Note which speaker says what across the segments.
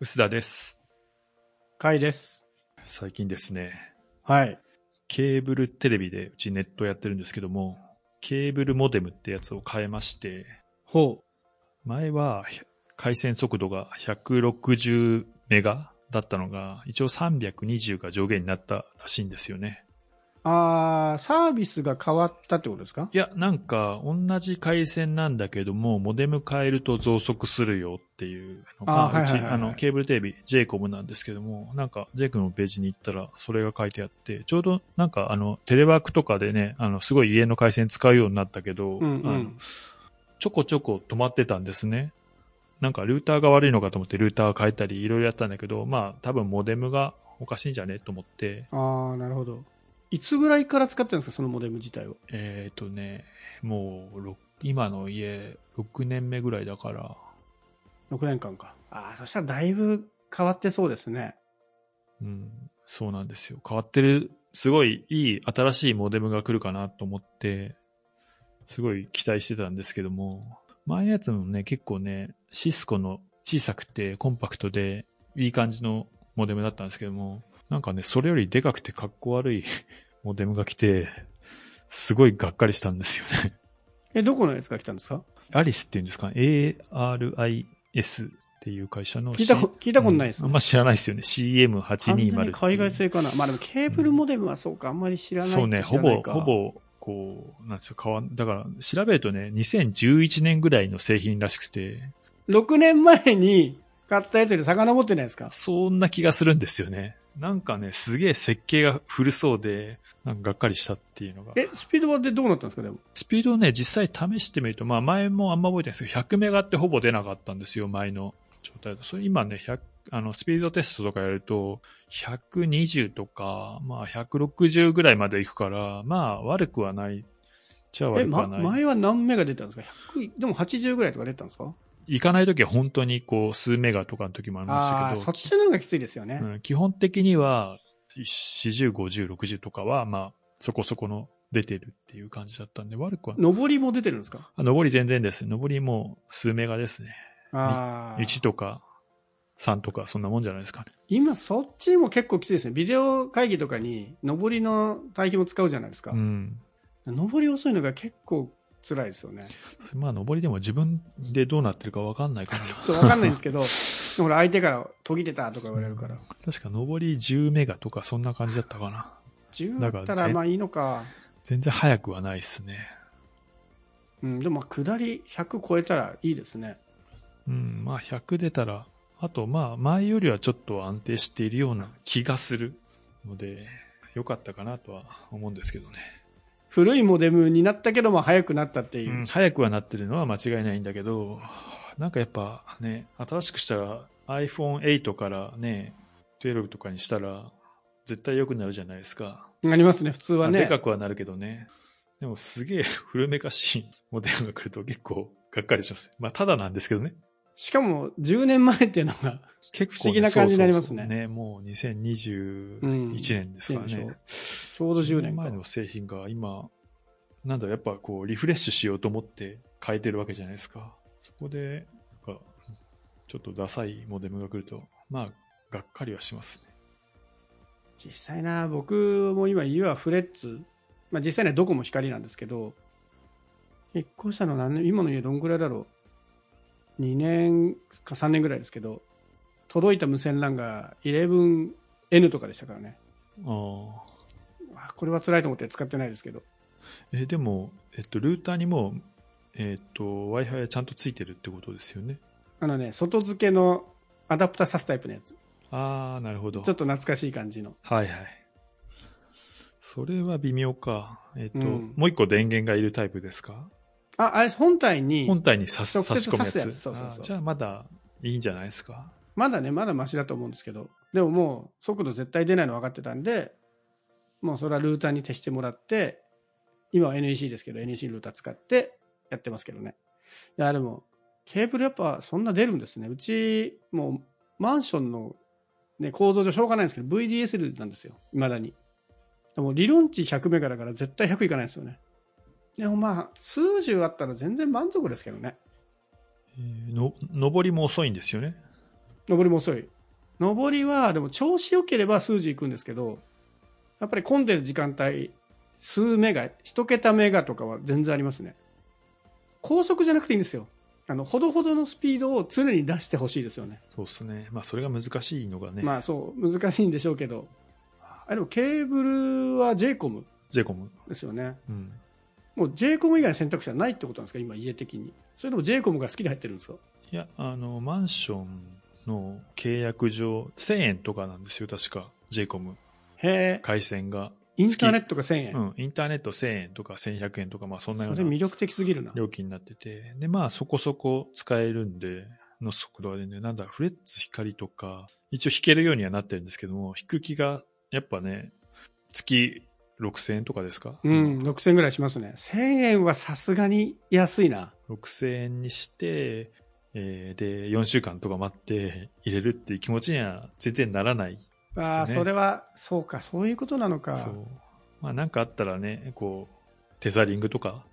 Speaker 1: 薄田です。
Speaker 2: 回です。
Speaker 1: 最近ですね、
Speaker 2: はい。
Speaker 1: ケーブルテレビでうちネットやってるんですけども、ケーブルモデムってやつを変えまして、
Speaker 2: ほ
Speaker 1: 前はひゃ回線速度が160メガだったのが、一応320が上限になったらしいんですよね。
Speaker 2: う。あー、サービスが変わったってことですか
Speaker 1: いや、なんか同じ回線なんだけども、モデム変えると増速するよっていうのが、
Speaker 2: あーはいう
Speaker 1: ち
Speaker 2: はいはいはい
Speaker 1: あのケーブルテレビ JCOM なんですけども、なんか JCOM のページに行ったらそれが書いてあって、ちょうどなんかあのテレワークとかでね、あのすごい家の回線使うようになったけど、
Speaker 2: うんう
Speaker 1: あの
Speaker 2: ん。
Speaker 1: ちょこちょこ止まってたんですね。なんかルーターが悪いのかと思ってルーターを変えたりいろいろやったんだけど、まあ多分モデムがおかしいんじゃねと思って、
Speaker 2: あー、なるほど。いつぐらいから使ってるんですか、そのモデム自体を。
Speaker 1: えっ、とね、もうろく今の家6年目ぐらいだから、
Speaker 2: 6年間か。あー、そしたらだいぶ変わってそうですね。
Speaker 1: うん、そうなんですよ。変わってる、すごいいい新しいモデムが来るかなと思って、すごい期待してたんですけども、前のやつもね、結構ね、シスコの小さくてコンパクトで、いい感じのモデムだったんですけども、なんかね、それよりでかくてかっこ悪い モデムが来て、すごいがっかりしたんですよね。
Speaker 2: え、どこのやつが来たんですか
Speaker 1: アリスっていうんですか ?ARIS っていう会社の。
Speaker 2: 聞いたこ、聞いたことないです
Speaker 1: うん
Speaker 2: ね。
Speaker 1: あんま知らないですよね。CM820
Speaker 2: 完
Speaker 1: ってい
Speaker 2: 全
Speaker 1: う。
Speaker 2: に海外製かな。まあでもケーブルモデムはそうか、あんまり知らない
Speaker 1: そうね、
Speaker 2: っちゃ知
Speaker 1: ほ
Speaker 2: らな
Speaker 1: ぼ、
Speaker 2: いか
Speaker 1: ほ。ぼ、こう、なんですよ、変わんだから、調べるとね、2011年ぐらいの製品らしくて、
Speaker 2: 6年前に買ったやつより遡ってないですか
Speaker 1: そんな気がするんですよね。なんかね、すげえ設計が古そうで、なんかがっかりしたっていうのが。
Speaker 2: え、スピードはでどうなったんですか、でも。
Speaker 1: スピードをね、実際試してみると、まあ前もあんま覚えてないですけど、100メガってほぼ出なかったんですよ、前の状態だと。それ今ね、100あの、スピードテストとかやると、120とか、まあ160ぐらいまでいくから、まあ悪くはない。じゃあ悪
Speaker 2: え、
Speaker 1: く
Speaker 2: ま、
Speaker 1: はない。
Speaker 2: 前は何メガ出たんですか ?100、でも80ぐらいとか出たんですか
Speaker 1: 行かないときは本当にこう数メガとかの時もありました
Speaker 2: ああー、
Speaker 1: けど、
Speaker 2: そっちの方がきついですよね。
Speaker 1: うん基本的には40、50、60とかはまあそこそこの出てるっていう感じだったんで悪くはない。
Speaker 2: 上りも出てるんですか
Speaker 1: あ上り全然です。上りもう数メガですね。
Speaker 2: ああ
Speaker 1: 1とか3とかそんなもんじゃないですかね。
Speaker 2: 今そっちも結構きついですねビデオ会議とかに上りの帯域も使うじゃないですか、
Speaker 1: うん。
Speaker 2: 上り遅いのが結構辛いですよね
Speaker 1: まあ上りでも自分でどうなってるかわかんないからな。
Speaker 2: そう分かんないんですけ どほら相手から途切れたとか言われるから
Speaker 1: 確か上り10メガとかそんな感じだったかな。
Speaker 2: 10
Speaker 1: だ
Speaker 2: だっ
Speaker 1: から
Speaker 2: たらまあいいのか、
Speaker 1: 全然早くはないですね。
Speaker 2: うん、でもまあ下り100超えたらいいですね
Speaker 1: うん、まあ100出たら、あとまあ前よりはちょっと安定しているような気がするので、良かったかなとは思うんですけどね。
Speaker 2: 古いモデムになったけども早くなったっていう、
Speaker 1: うん、早くはなってるのは間違いないんだけど、なんかやっぱね、新しくしたら iPhone8 からね、12とかにしたら絶対良くなるじゃないですか。
Speaker 2: ありますね普通
Speaker 1: ま
Speaker 2: は
Speaker 1: あ
Speaker 2: ね
Speaker 1: でかくはなるけどね。でもすげえ古めかしいモデルが来ると結構がっかりします。まあただなんですけどね。
Speaker 2: しかも10年前っていうのが
Speaker 1: 結
Speaker 2: 不思議な感じになりますね
Speaker 1: そうそうそうね、もう2021年ですからね。
Speaker 2: うんそううちょうど10年か
Speaker 1: 前の製品が今、なんだろう、やっぱこう、リフレッシュしようと思って変えてるわけじゃないですか。そこで、なんか、ちょっとダサいモデムが来ると、まあ、がっかりはしますね。
Speaker 2: 実際な僕も今家はフレッツ、まあ、実際にはどこも光なんですけど引っ越したの何年今の家どんぐらいだろう2年か3年ぐらいですけど届いた無線 LAN が 11N とかでしたからね
Speaker 1: ああ。
Speaker 2: あこれは辛いと思って使ってないですけど
Speaker 1: え、でも、えっと、ルーターにも、えっと、Wi-Fi ちゃんとついてるってことですよね。
Speaker 2: あのね外付けのアダプター挿すタイプのやつち
Speaker 1: ああ、なるほど。
Speaker 2: ょっと懐かしい感じの
Speaker 1: はいはい。それは微妙か。えっと、
Speaker 2: うん
Speaker 1: もう一個電源がいるタイプですか
Speaker 2: ああれ本体に
Speaker 1: 本体に差し
Speaker 2: 直
Speaker 1: 差
Speaker 2: 接
Speaker 1: し込むやつ
Speaker 2: 差すやつそうそうそう
Speaker 1: あーじゃあまだいいんじゃないですか
Speaker 2: まだねまだマシだと思うんですけどでももう速度絶対出ないの分かってたんでもうそれはルーターに徹してもらって今は NEC ですけど NEC ルーター使ってやってますけどねいやでもケーブルやっぱそんな出るんですねうちもうマンションの、ね、構造上しょうがないんですけど VDSL なんですよいまだにでも理論値100メガだから絶対100いかないですよねでもまあ数十あったら全然満足ですけどね
Speaker 1: えーの上りも遅いんですよね
Speaker 2: 上りも遅い上りはでも調子良ければ数字いくんですけどやっぱり混んでる時間帯数メガ一桁メガとかは全然ありますね高速じゃなくていいんですよあのほどほどのスピードを常に出してほしいですよね
Speaker 1: そうですね。まあ、それが難しいのがね、
Speaker 2: まあそう難しいんでしょうけどあでもケーブルは j コム
Speaker 1: ジェコム。
Speaker 2: ですよね
Speaker 1: うん。
Speaker 2: もう j コム以外の選択肢はないってことなんですか今家的にそれとも j コムが好きで入ってるんですか
Speaker 1: いや、あの、マンションの契約上、1000円とかなんですよ、確か。j コム。
Speaker 2: へえ
Speaker 1: 回線が。
Speaker 2: インターネットが1000円、
Speaker 1: うん。インターネット1000円とか1100円とか、まあ、そんなよ
Speaker 2: そうれ
Speaker 1: な
Speaker 2: 魅力的すぎるな
Speaker 1: 料金になってて。で、まあ、そこそこ使えるんで、の速度が出るんで、なんだ、フレッツ光とか、一応弾けるようにはなってるんですけども、弾く気が、やっぱね、月6000円とかですか
Speaker 2: うん、6000円ぐらいしますね。1000円はさすがに安いな。
Speaker 1: 6000円にして、えーで、4週間とか待って入れるっていう気持ちには全然ならない。
Speaker 2: ああ、
Speaker 1: ですよ
Speaker 2: そ
Speaker 1: ね
Speaker 2: れは、そうか、そういうことなのか。
Speaker 1: そう。まあなんかあったらね、こう、テザリングとか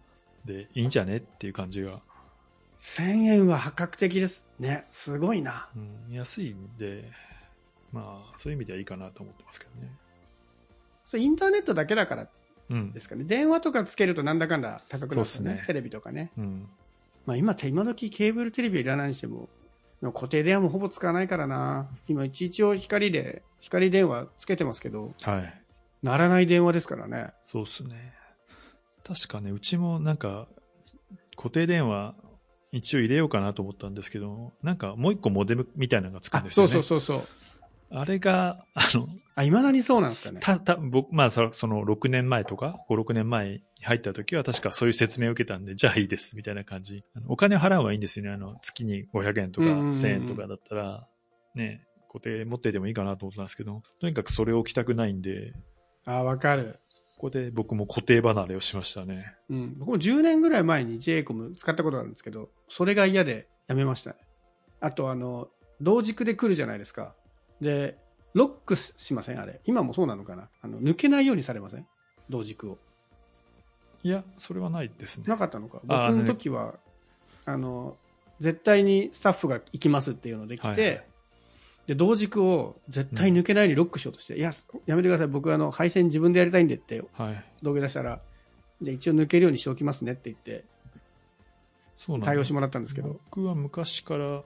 Speaker 1: でいいんじゃねっていう感じが、
Speaker 2: 1000円は破格的です。ね、すごいな。
Speaker 1: うん、安いんで、まあそういう意味ではいいかなと思ってますけどね。
Speaker 2: それインターネットだけだから
Speaker 1: うん
Speaker 2: で。すかね。電話とかつけるとなんだかんだ高くなるんですよ
Speaker 1: そうっ
Speaker 2: ね
Speaker 1: すね
Speaker 2: テレビとかね。
Speaker 1: うん。
Speaker 2: まあ今って、今時ケーブルテレビはいらないにしても、でも固定電話もほぼ使わないからな。今、いちいちを光で、光電話つけてますけど、
Speaker 1: はい。
Speaker 2: ならない電話ですからね。
Speaker 1: そうっすね。確かね、うちもなんか、固定電話、一応入れようかなと思ったんですけど、なんかもう一個モデムみたいなのがつくん
Speaker 2: あ、
Speaker 1: です
Speaker 2: そ
Speaker 1: よ
Speaker 2: う
Speaker 1: ね。
Speaker 2: そうそうそう。
Speaker 1: あれが、 あの、
Speaker 2: あ、いまだにそうなんですかね。
Speaker 1: た、た、僕、まあ、そその、6年前とか、5、6年前に入った時は、確かそういう説明を受けたんで、じゃあいいです、みたいな感じ。あのお金払うのはいいんですよね。あの、月に500円とか、
Speaker 2: うんうんうん
Speaker 1: 1000円とかだったら、ね、固定持っててもいいかなと思ったんですけど、とにかくそれを着たくないんで、
Speaker 2: あ、わかる。
Speaker 1: ここで僕も固定離れをしましたね。
Speaker 2: うん、僕も10年ぐらい前に j イコム使ったことがあるんですけどそれが嫌でやめましたねあとあの同軸で来るじゃないですかでロックしませんあれ今もそうなのかなあの抜けないようにされません同軸を
Speaker 1: いや、それはないですね。
Speaker 2: なかったのか僕
Speaker 1: あ
Speaker 2: の時はあの絶対にスタッフが行きますっていうので来て、
Speaker 1: はいはい
Speaker 2: で同軸を絶対抜けないようにロックしようとして、いややめてください僕あの配線自分でやりたいんでって
Speaker 1: はい。
Speaker 2: 道具出したらじゃあ一応抜けるようにしておきますねって言って
Speaker 1: そうなんだ
Speaker 2: 対応してもらったんですけど、
Speaker 1: 僕は昔からあ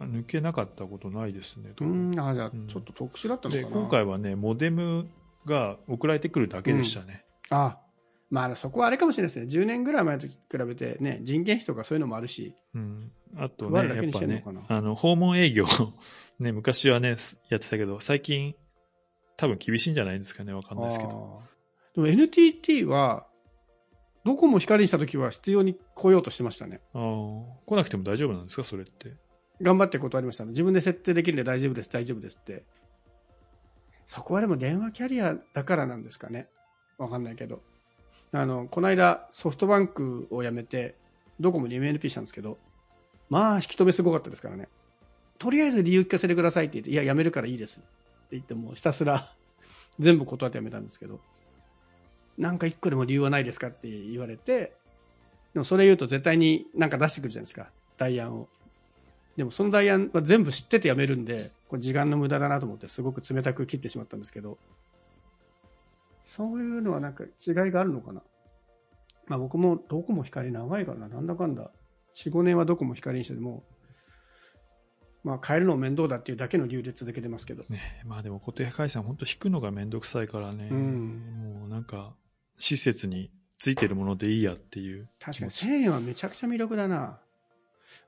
Speaker 1: 抜けなかったことないですね。
Speaker 2: うん、あじゃあ
Speaker 1: うん
Speaker 2: ちょっと特殊だったのか
Speaker 1: で、
Speaker 2: な、
Speaker 1: 今回はね、モデムが送られてくるだけでしたね。
Speaker 2: あまあそこはあれかもしれないですね10年ぐらい前と比べてね人件費とかそういうのもあるし
Speaker 1: うん、あと
Speaker 2: 配る
Speaker 1: ね、
Speaker 2: だ
Speaker 1: や
Speaker 2: け
Speaker 1: っ
Speaker 2: にし
Speaker 1: ぱ
Speaker 2: てんの
Speaker 1: ね
Speaker 2: かな、
Speaker 1: あの、訪問営業、 ね、昔はね、すやってたけど、最近、多分厳しいんじゃないですかね、わかんないですけど。
Speaker 2: あーでも NTT はどこも光にした時は必要に来ようとしてましたね
Speaker 1: あー来なくても大丈夫なんですか、それって。
Speaker 2: 頑張って断りましたね自分で設定できるんで大丈夫です大丈夫ですってそこはでも電話キャリアだからなんですかねわかんないけどあのこの間ソフトバンクを辞めてドコモに MNP したんですけどまあ引き止めすごかったですからねとりあえず理由聞かせてくださいって言っていや辞めるからいいですって言ってもうひたすら全部断って辞めたんですけどなんか一個でも理由はないですかって言われてでもそれ言うと絶対になんか出してくるじゃないですか代案をでもその代案は全部知っててやめるんで、これ時間の無駄だなと思って、すごく冷たく切ってしまったんですけど、そういうのはなんか違いがあるのかな。まあ僕もどこも光長いからな、なんだかんだ。4、5年はどこも光にしてても、まあ変えるのも面倒だっていうだけの理由で続けてますけど。
Speaker 1: ね、まあでも固定回線、本当引くのがめんどくさいからね、
Speaker 2: うん
Speaker 1: もうなんか、施設についてるものでいいやっていう。
Speaker 2: 確かに1000円はめちゃくちゃ魅力だな。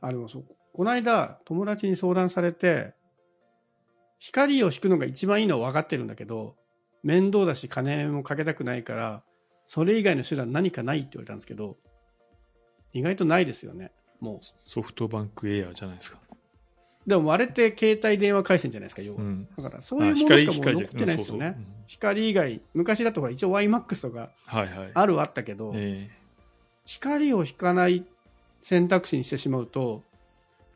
Speaker 2: あ、でもそう、この間友達に相談されて、光を引くのが一番いいのは分かってるんだけど、面倒だし金もかけたくないから、それ以外の手段何かないって言われたんですけど、意外とないですよね。も
Speaker 1: ソフトバンクエアじゃないですか。
Speaker 2: う。でもあれって携帯電話回線じゃないですか、要は。
Speaker 1: うん。
Speaker 2: だからそういう
Speaker 1: あ
Speaker 2: ものしかもう残ってないですよ
Speaker 1: うん
Speaker 2: ね。
Speaker 1: そうそう
Speaker 2: 光以外、昔だとほら一応 YMAX とか
Speaker 1: うんはいはい。
Speaker 2: あるはあったけど、
Speaker 1: え
Speaker 2: 光を引かない選択肢にしてしまうと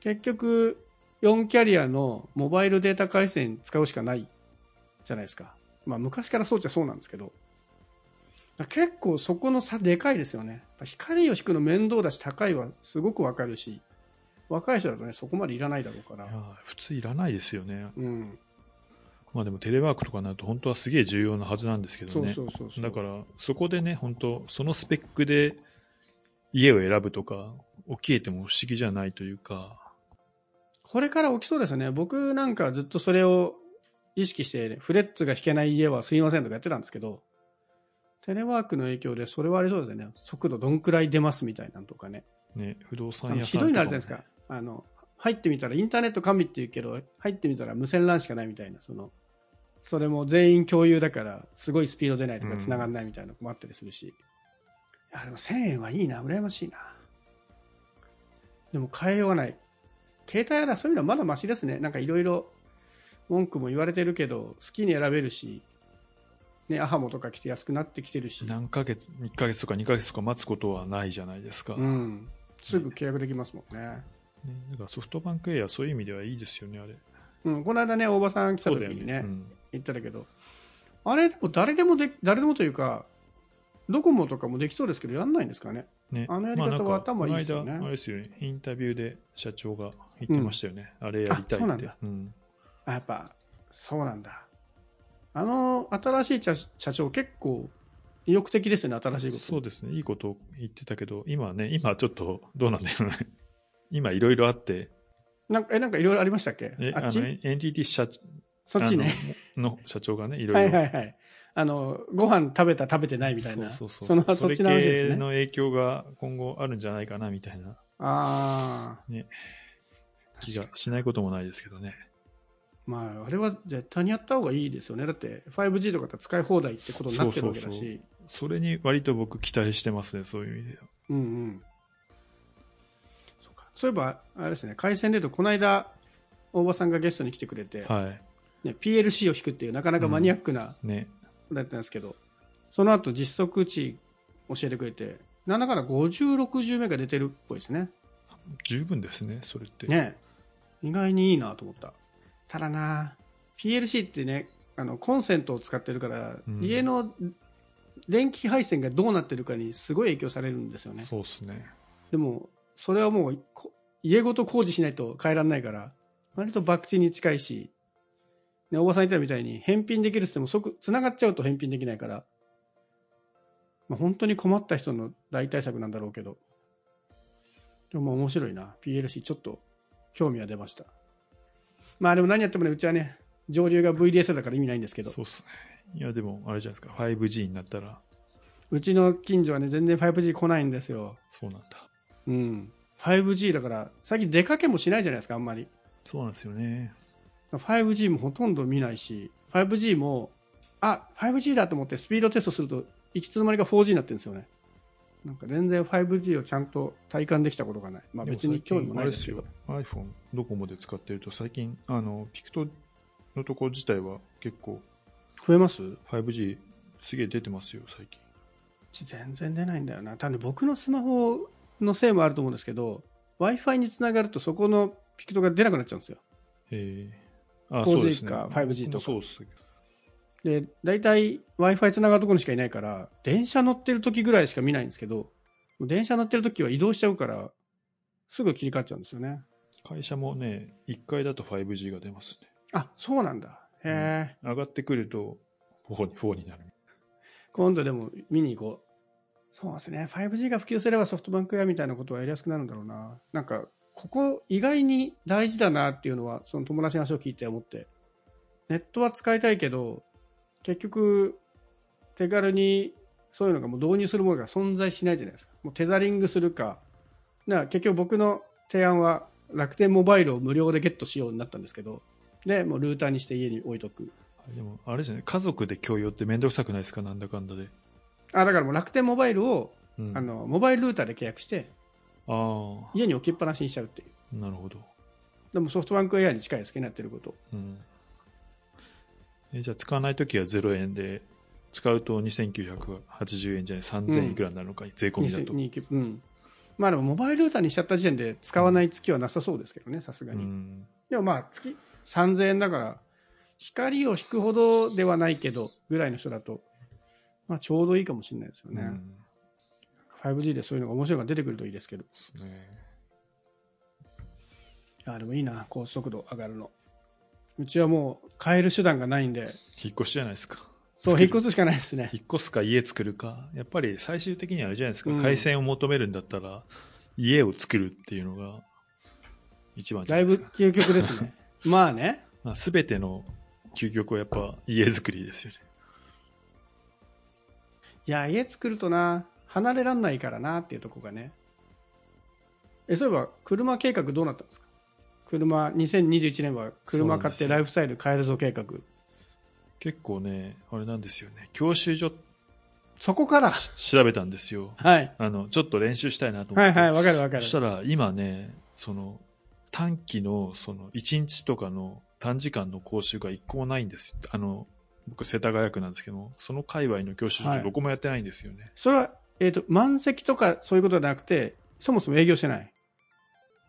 Speaker 2: 結局4キャリアのモバイルデータ回線使うしかないじゃないですか、まあ、昔からそうっちゃそうなんですけど結構そこの差でかいですよね光を引くの面倒だし高いはすごくわかるし若い人だとね、そこまでいらないだろうか
Speaker 1: い
Speaker 2: ら
Speaker 1: や。ー普通いらないですよね。
Speaker 2: うん。
Speaker 1: まあでもテレワークとかになると本当はすげえ重要なはずなんですけどね。
Speaker 2: そうそうそうそう。
Speaker 1: だからそこでね、本当そのスペックで家を選ぶとか、起きえても不思議じゃないというか、
Speaker 2: これから起きそうですよね。僕なんかはずっとそれを意識してね、フレッツが弾けない家はすいませんとかやってたんですけど、テレワークの影響でそれはありそうですよね。速度どんくらい出ますみたいなのとかね。
Speaker 1: ね、不動
Speaker 2: あ
Speaker 1: 産
Speaker 2: の
Speaker 1: 屋さ
Speaker 2: ひ
Speaker 1: んとかも
Speaker 2: どいのあるじゃないですか。あの、入ってみたらインターネット完備って言うけど、入ってみたら無線 LAN しかないみたいな、その、それも全員共有だから、すごいスピード出ないと
Speaker 1: う
Speaker 2: か
Speaker 1: ん
Speaker 2: 繋がんないみたいなのもあったりするし。いや、でも1000円はいいな、羨ましいな。でも変えようがない。携帯はだ、そういうのはまだマシですね。なんかいろいろ文句も言われてるけど、好きに選べるし、ね、アハモとか来て安くなってきてるし、
Speaker 1: 何ヶ月、1ヶ月とか2ヶ月とか待つことはないじゃないですか。
Speaker 2: う
Speaker 1: ね
Speaker 2: ん。すぐ契約できますもんね。
Speaker 1: だからソフトバンクエアそういう意味ではいいですよね、あれ。
Speaker 2: うん、この間ね、大場さん来た時にね、
Speaker 1: うん
Speaker 2: 言ってたけど、あれ、でも誰でもで、誰でもというか、ドコモとかもできそうですけど、やんないんですかね。
Speaker 1: ね、
Speaker 2: あのやり方
Speaker 1: ま
Speaker 2: は
Speaker 1: あなんか
Speaker 2: 頭いいですよね
Speaker 1: この間あれですよね、インタビューで社長が言ってましたよね、あれやりたい
Speaker 2: あそうな
Speaker 1: っ
Speaker 2: ん
Speaker 1: て
Speaker 2: だ。
Speaker 1: うん
Speaker 2: あやっぱ、そうなんだ。あの、新しい社社長、結構、意欲的ですよね、新しいこと。
Speaker 1: そうですね、いいことを言ってたけど、今ね、今ちょっとどうなんだろうね、 今いろいろあって、
Speaker 2: なんか、え、なんかいろいろありましたっけ
Speaker 1: え
Speaker 2: あ
Speaker 1: あ
Speaker 2: っ
Speaker 1: の
Speaker 2: ち
Speaker 1: NTT 社
Speaker 2: そっちね。
Speaker 1: あのの社長がね、いろ
Speaker 2: はいいは
Speaker 1: ろ。
Speaker 2: いはい。あの、ご飯食べた食べてないみたいな。
Speaker 1: そうそう
Speaker 2: の
Speaker 1: そう
Speaker 2: そっ
Speaker 1: れ
Speaker 2: ちの話で
Speaker 1: 系
Speaker 2: すね。
Speaker 1: の影響が今後あるんじゃないかなみたいな
Speaker 2: ああ。
Speaker 1: ね気
Speaker 2: 確
Speaker 1: が
Speaker 2: かに
Speaker 1: しないこともないですけどね。
Speaker 2: まあ、あれは絶対にやった方がいいですよね。だって、5G とかって使い放題ってことになってるわけだし。
Speaker 1: そうそうそれに割と僕期待してますね、そういう意味では。
Speaker 2: うんうん。そうかそういえば、あれですね、回線で言うと、この間、大場さんがゲストに来てくれて、
Speaker 1: は。
Speaker 2: ね、PLC を弾くっていう、なかなかマニアックない
Speaker 1: ね。
Speaker 2: ことやったんですけど、その後実測値教えてくれて、なんだから50、60メが出てるっぽいですね。
Speaker 1: 十分ですね、それって。
Speaker 2: ね意外にいいなと思った。ただな、PLC ってね、あのコンセントを使ってるから、
Speaker 1: うん
Speaker 2: 家の電気配線がどうなってるかにすごい影響されるんですよね。
Speaker 1: そうですね。
Speaker 2: でも、それはもうこ家ごと工事しないと変えられないから、割と博打に近いし、ね、おばさん言ってたみたいに、返品できるっつっても即、つながっちゃうと返品できないから、まあ、本当に困った人の代替策なんだろうけど、でもまあ面白いな。PLC ちょっと興味は出ました。まあでも何やってもね、うちはね、上流が VDS だから意味ないんですけど、
Speaker 1: そうっすね。いや、でも、あれじゃないですか、5G になったら、
Speaker 2: うちの近所はね、全然 5G 来ないんですよ。
Speaker 1: そうなんだ。
Speaker 2: うん。5G だから、最近出かけもしないじゃないですか、あんまり。
Speaker 1: そうなんですよね。
Speaker 2: 5G もほとんど見ないし、5G も、あ 5G だと思ってスピードテストすると、いつの間にか 4G になってるんですよね。なんか全然 5G をちゃんと体感できたことがない。まあ別に興味もないですけど。
Speaker 1: あれですよ、iPhone、ドコモで使ってると、最近、あの、ピクトのとこ自体は結構、
Speaker 2: 増えます
Speaker 1: 5G、すげえ出てますよ、最近。
Speaker 2: 全然出ないんだよな。多分僕のスマホのせいもあると思うんですけど、Wi-Fi につながるとそこのピクトが出なくなっちゃうんですよ。
Speaker 1: えー、あ
Speaker 2: 4G
Speaker 1: そうですね
Speaker 2: か 5G とか
Speaker 1: そうっすけど
Speaker 2: で、大体 Wi-Fi つながるところにしかいないから、電車乗ってる時ぐらいしか見ないんですけど、電車乗ってる時は移動しちゃうから、すぐ切り替わっちゃうんですよね。
Speaker 1: 会社もね、1回だと 5G が出ますね。
Speaker 2: あ、そうなんだ。へえ、
Speaker 1: 上がってくると、4に、4になる。
Speaker 2: 今度でも見に行こう。そうですね。5G が普及すればソフトバンクやみたいなことはやりやすくなるんだろうな。なんか、ここ意外に大事だなっていうのは、その友達の話を聞いて思って。ネットは使いたいけど、結局、手軽にそういうのがもう導入するものが存在しないじゃないですか。もうテザリングするか。だから結局僕の提案は楽天モバイルを無料でゲットしようになったんですけど、で、もうルーターにして家に置いとく。
Speaker 1: でも、あれですね、家族で共用ってめんどくさくないですか、なんだかんだで。
Speaker 2: あだからもう楽天モバイルを、
Speaker 1: うん、
Speaker 2: あのモバイルルーターで契約して
Speaker 1: あー
Speaker 2: 家に置きっぱなしにしちゃうっていう
Speaker 1: なるほど。
Speaker 2: でもソフトバンクエアに近いですけどねやってること
Speaker 1: うん。えじゃあ、使わないときは0円で、使うと2980円じゃない、3000いくらになるのか、税込みだと。
Speaker 2: 2000うんまあでもモバイルルーターにしちゃった時点で使わない月はなさそうですけどねさすが
Speaker 1: う
Speaker 2: に、
Speaker 1: ん。
Speaker 2: でもまあ月3000円だから光を引くほどではないけどぐらいの人だと、まあ、ちょうどいいかもしれないですよ
Speaker 1: うん。
Speaker 2: ね、5G でそういうのが面白いのが出てくるといいですけど
Speaker 1: ですね。
Speaker 2: あでもいいな、高速度上がるの。うちはもう変える手段がないんで、
Speaker 1: 引っ越しじゃないですか。
Speaker 2: そう、
Speaker 1: 作
Speaker 2: 引
Speaker 1: る
Speaker 2: っ越すしかないですね。
Speaker 1: 引っ越すか家作るか、やっぱり最終的にはあれじゃないですか、
Speaker 2: うん
Speaker 1: 回線を求めるんだったら、家を作るっていうのが一番じゃ
Speaker 2: だ
Speaker 1: ない
Speaker 2: い
Speaker 1: で
Speaker 2: ぶ
Speaker 1: すか。
Speaker 2: 究極で すね。まあね、
Speaker 1: まあ、全ての究極はやっぱ家作りですよね。
Speaker 2: いや、家作るとな、離れらんないからなっていうとこがね。え、そういえば、車計画どうなったんですか車、2021年は車買っ
Speaker 1: そう
Speaker 2: て
Speaker 1: なんですよ
Speaker 2: ライフスタイル変えるぞ計画。そ
Speaker 1: 結構ね、あれなんですよね、教習所
Speaker 2: こ から。
Speaker 1: 調べたんですよ。
Speaker 2: はい。
Speaker 1: あの、ちょっと練習したいなと思
Speaker 2: は
Speaker 1: っ
Speaker 2: い
Speaker 1: て。
Speaker 2: はい、わかるわ
Speaker 1: そ
Speaker 2: かる。
Speaker 1: したら今ね、その短期のその1日とかの短時間の講習が一個もないんですよ。あの、僕世田谷区なんですけども、その界隈の教習
Speaker 2: は
Speaker 1: 所
Speaker 2: い
Speaker 1: どこもやってないんですよね。
Speaker 2: それは、えっ、と、満席とかそういうことじゃなくて、そもそも営業してない。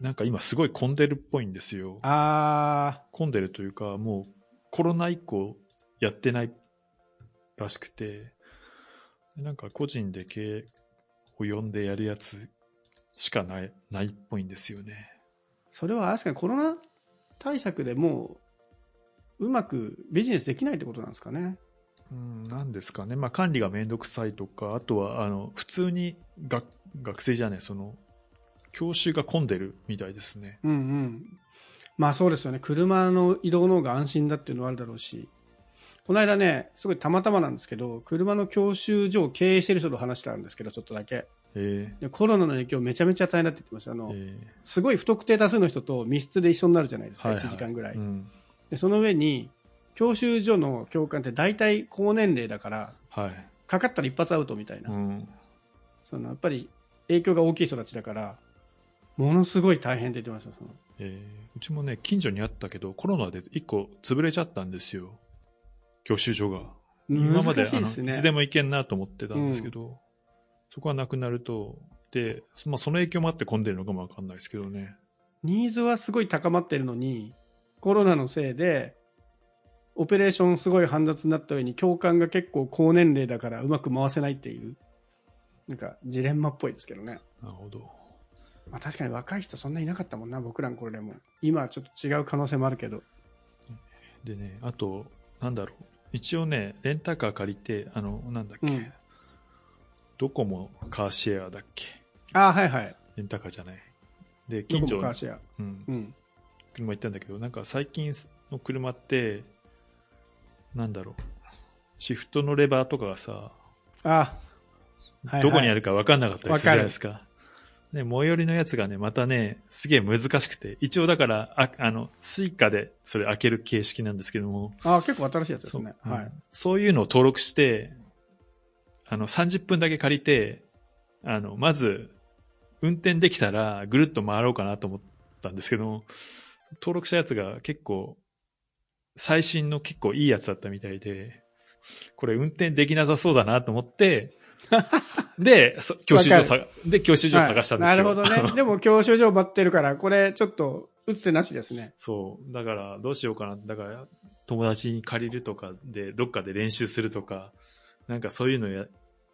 Speaker 1: なんか今すごい混んでるっぽいんですよ。
Speaker 2: あ
Speaker 1: 混んでるというか、もうコロナ以降やってないらしくて、でなんか個人で経営を呼んでやるやつしかない、ないっぽいんですよね。
Speaker 2: ー、それは確かにコロナ対策でもう、うまくビジネスできないってことなんですかね。
Speaker 1: うん、なんですかね、まあ、管理がめんどくさいとか、あとはあの普通に学学生じゃない、その教習が混んでるみたいですね。
Speaker 2: うんうん、まあそうですよね、車の移動の方が安心だっていうのはあるだろうし、この間ね、すごいたまたまなんですけど、車の教習所を経営してる人と話したんですけど、ちょっとだけ、
Speaker 1: え
Speaker 2: でコロナの影響、めちゃめちゃ大変だって言ってましたあ
Speaker 1: ー
Speaker 2: の、
Speaker 1: え
Speaker 2: すごい不特定多数の人と密室で一緒になるじゃないです
Speaker 1: ー
Speaker 2: か、
Speaker 1: はいはい
Speaker 2: 1時間ぐらい、
Speaker 1: うん
Speaker 2: で、その上に、教習所の教官って大体高年齢だから、
Speaker 1: はい
Speaker 2: かかったら一発アウトみたいな、
Speaker 1: うん
Speaker 2: そのやっぱり影響が大きい人たちだから、ものすごい大変って言ってました、その
Speaker 1: えーうちもね、近所にあったけど、コロナで1個潰れちゃったんですよ、教習所が。今まで
Speaker 2: 難しいで
Speaker 1: あ
Speaker 2: す
Speaker 1: の
Speaker 2: ね
Speaker 1: い。つでも行けんなと思ってたんですけど、そこがなくなると、でそまあ、その影響もあって混んでるのかもわかんないですけどね。
Speaker 2: ニーズはすごい高まってるのに、コロナのせいで、オペレーションすごい煩雑になった上に、教官が結構高年齢だからうまく回せないっていう、なんかジレンマっぽいですけどね。
Speaker 1: なるほど。
Speaker 2: まあ確かに若い人そんないなかったもんな、僕らの頃でも。今はちょっと違う可能性もあるけど。
Speaker 1: でね、あと、なんだろう。一応ね、レンタカー借りて、あの、なんだっけ、
Speaker 2: うん
Speaker 1: ドコモカーシェアだっけ
Speaker 2: ああ、はいはい。
Speaker 1: レンタカーじゃない。で、
Speaker 2: ど
Speaker 1: 近
Speaker 2: こ
Speaker 1: 所
Speaker 2: もカー
Speaker 1: の、
Speaker 2: シェア。
Speaker 1: うん、
Speaker 2: うん。
Speaker 1: 車行ったんだけど、なんか最近の車って、なんだろう。シフトのレバーとかがさ、
Speaker 2: ああ、はいはい
Speaker 1: どこにあるか分かんなかったりするじゃないですか。ね、最寄りのやつがね、またね、すげえ難しくて、一応だから、ああの、スイカでそれ開ける形式なんですけども、
Speaker 2: ああ、結構新しいやつです
Speaker 1: そう
Speaker 2: ね。
Speaker 1: うん
Speaker 2: はい。
Speaker 1: そういうのを登録して、あの、30分だけ借りて、あの、まず、運転できたら、ぐるっと回ろうかなと思ったんですけど、登録したやつが結構、最新の結構いいやつだったみたいで、これ運転できなさそうだなと思っ て、で、そ教習所探、で、教習所探したんですよ。
Speaker 2: はいなるほ どね。でも教習所を待ってるから、これちょっと打つ手なしですね。
Speaker 1: そう。だから、どうしようかな。だから、友達に借りるとかで、どっかで練習するとか、なんかそういうのや、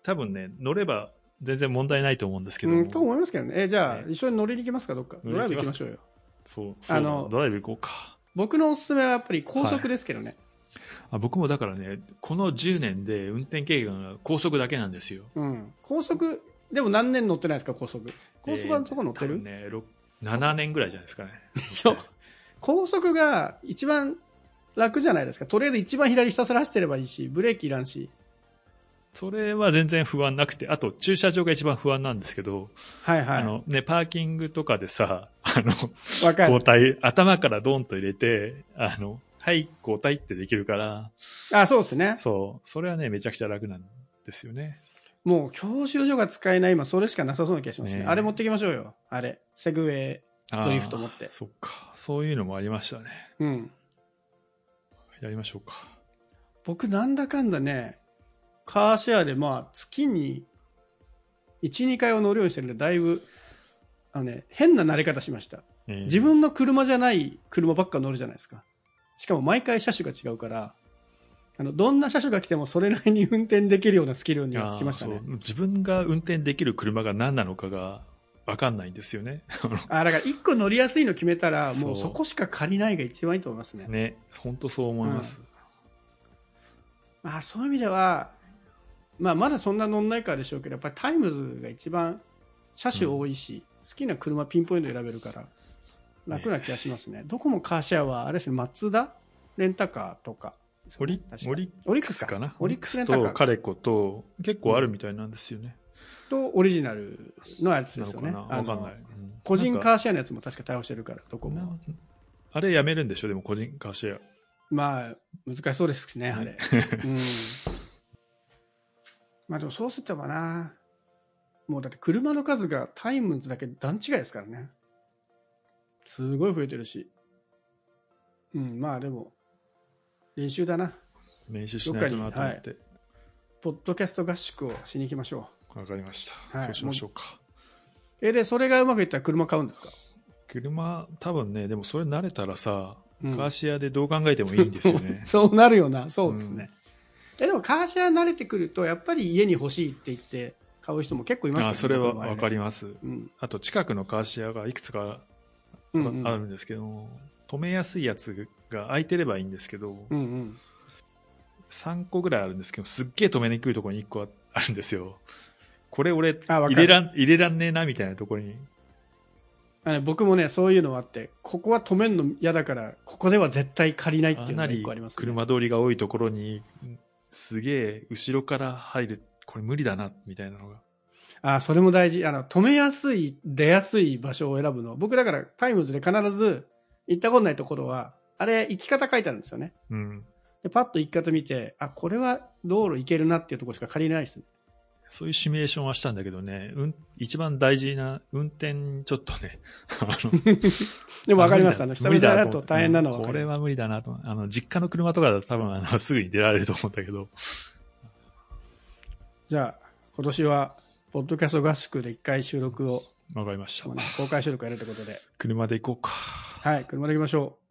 Speaker 1: 多分ね、乗れば全然問題ないと思うんですけども。
Speaker 2: うん、と思いますけどね、えじゃあ、
Speaker 1: ね
Speaker 2: 一緒に乗りに行きますか、どっか、
Speaker 1: 乗りに
Speaker 2: ドライブ
Speaker 1: 行き
Speaker 2: 行き
Speaker 1: ま
Speaker 2: ますしょうよ。
Speaker 1: そう、そう
Speaker 2: あ
Speaker 1: だな
Speaker 2: の
Speaker 1: ドライブ行こうか。
Speaker 2: 僕のおすすめはやっぱり高速ですけどね、
Speaker 1: あ僕もだからね、この10年で運転経験が高速だけなんですよ。
Speaker 2: うん、高速、でも何年乗ってないですか、高速、高速はそこ乗って
Speaker 1: 多
Speaker 2: る、
Speaker 1: 分ね、ろ7年ぐらいじゃないですかね。
Speaker 2: ょ高速が一番楽じゃないですか、とりあえず一番左ひたすら走ってればいいし、ブレーキいらんし、
Speaker 1: それは全然不安なくて、あと駐車場が一番不安なんですけど、
Speaker 2: はい
Speaker 1: あ
Speaker 2: は
Speaker 1: のね、パーキングとかでさ、あの、
Speaker 2: い、わか
Speaker 1: 交
Speaker 2: る、
Speaker 1: 代、頭からドンと入れて、あの、はい、交代ってできるから、
Speaker 2: あそうですね、
Speaker 1: そう、それはね、めちゃくちゃ楽なんですよね。
Speaker 2: もう教習所が使えない、今、それしかなさそうな気がしますね、
Speaker 1: ねえ
Speaker 2: あれ持ってきましょうよ、あれ、セグウェイ、
Speaker 1: あー
Speaker 2: ドリフト持って
Speaker 1: そっか、そういうのもありましたね。
Speaker 2: うん、
Speaker 1: やりましょうか。
Speaker 2: 僕、なんだかんだね、カーシェアでまあ月に1、2回は乗るようにしてるんで、だいぶあの、ね、変な慣れ方しました、
Speaker 1: えー
Speaker 2: 自分の車じゃない車ばっか乗るじゃないですか、しかも毎回車種が違うから、あのどんな車種が来てもそれなりに運転できるようなスキルにはつきました
Speaker 1: あ
Speaker 2: ね
Speaker 1: ー。そう自分が運転できる車が何なのかがわかんないんですよね。あの
Speaker 2: あだから1個乗りやすいの決めたら、
Speaker 1: そ
Speaker 2: もう
Speaker 1: う
Speaker 2: そこしか借りないが一番いいと思いますね。
Speaker 1: ね、本当そう思います。
Speaker 2: まあ、そういう意味では、まあ、まだそんな乗んないからでしょうけど、やっぱりタイムズが一番車種多いし、好きな車ピンポイント選べるから、楽な気がしますね。どこもカーシェアは、あれですね、マツダレンタカーとかですね、
Speaker 1: オリ
Speaker 2: 確か
Speaker 1: オリ
Speaker 2: オリ
Speaker 1: ッ
Speaker 2: ッ
Speaker 1: ク
Speaker 2: クス
Speaker 1: ス
Speaker 2: か
Speaker 1: かな。
Speaker 2: オリックスレンタカー
Speaker 1: とカレコと結構あるみたいなんですよね。
Speaker 2: とオリジナルのやつで
Speaker 1: な
Speaker 2: す
Speaker 1: の
Speaker 2: よ
Speaker 1: か
Speaker 2: ね。
Speaker 1: なわ
Speaker 2: あの
Speaker 1: かんない。うん
Speaker 2: 個人
Speaker 1: なんか
Speaker 2: カーシェアのやつも確か対応してるから、どこも。
Speaker 1: あれやめるんでしょでも個人カーシェア。
Speaker 2: まあ、難しそうですしね、あ れ
Speaker 1: ね。
Speaker 2: うん、まあでもそうすればな、もうだって車の数がタイムズだけ段違いですからね。すごい増えてるし。うん、まあでも、練習だな。
Speaker 1: 練習しないとなと思って。
Speaker 2: ポッドキャスト合宿をしに行きましょ
Speaker 1: わ、かりました、
Speaker 2: はい
Speaker 1: そうしましょうか。
Speaker 2: う。え、で、それがうまくいったら車買うんですか
Speaker 1: 車、多分ね、でもそれ慣れたらさ、
Speaker 2: うん。
Speaker 1: カーシェアでどう考えてもいいんですよね
Speaker 2: そうなるよな、そうですね。えでも、カーシェア慣れてくると、やっぱり家に欲しいって言って買う人も結構います
Speaker 1: あそれはわか
Speaker 2: り
Speaker 1: ります。
Speaker 2: うん。
Speaker 1: あと近くのカーシェアがいくつか
Speaker 2: う
Speaker 1: あ
Speaker 2: んうん、
Speaker 1: るんですけども、止めやすいやつが空いてればいいんですけど、
Speaker 2: うんうん。
Speaker 1: 3個ぐらいあるんですけど、すっげえ止めにくいところに1個ああるんですよ。これ俺、
Speaker 2: あわか
Speaker 1: 入れ
Speaker 2: る
Speaker 1: らん、入れらんねえなみたいなところに。
Speaker 2: あの僕もね、そういうのもあって、ここは止めるの嫌だから、ここでは絶対借りないって
Speaker 1: か
Speaker 2: いうの
Speaker 1: な
Speaker 2: が一
Speaker 1: り
Speaker 2: 個あります、ね。
Speaker 1: 車通りが多いところに、すげえ後ろから入る、これ無理だな、みたいなのが。
Speaker 2: あ、それも大事。あの、止めやすい、出やすい場所を選ぶの。僕だから、タイムズで必ず行ったことないところは、あれ、行き方書いてあるんですよね。
Speaker 1: うん。
Speaker 2: で、パッと行き方見て、あ、これは道路行けるなっていうところしか借りないですね。
Speaker 1: そういうシミュレーションはしたんだけどね、うん、一番大事な運転にちょっとね、あの、
Speaker 2: でも分かります。あ
Speaker 1: 無
Speaker 2: の、
Speaker 1: 理
Speaker 2: 久
Speaker 1: だ
Speaker 2: 々
Speaker 1: 無理
Speaker 2: だ
Speaker 1: だ
Speaker 2: と
Speaker 1: 思って
Speaker 2: 大変なのは
Speaker 1: うん
Speaker 2: 分か
Speaker 1: こ
Speaker 2: り
Speaker 1: れ
Speaker 2: ます。
Speaker 1: は無理だなと思う。あの、実家の車とかだと多分、あの、すぐに出られると思うんだけど。
Speaker 2: じゃあ、今年は、ポッドキャスト合宿で一回収録を、
Speaker 1: わかりました
Speaker 2: もう。ね公開収録をやるということで、
Speaker 1: 車で行こうか。
Speaker 2: はい、車で行きましょう。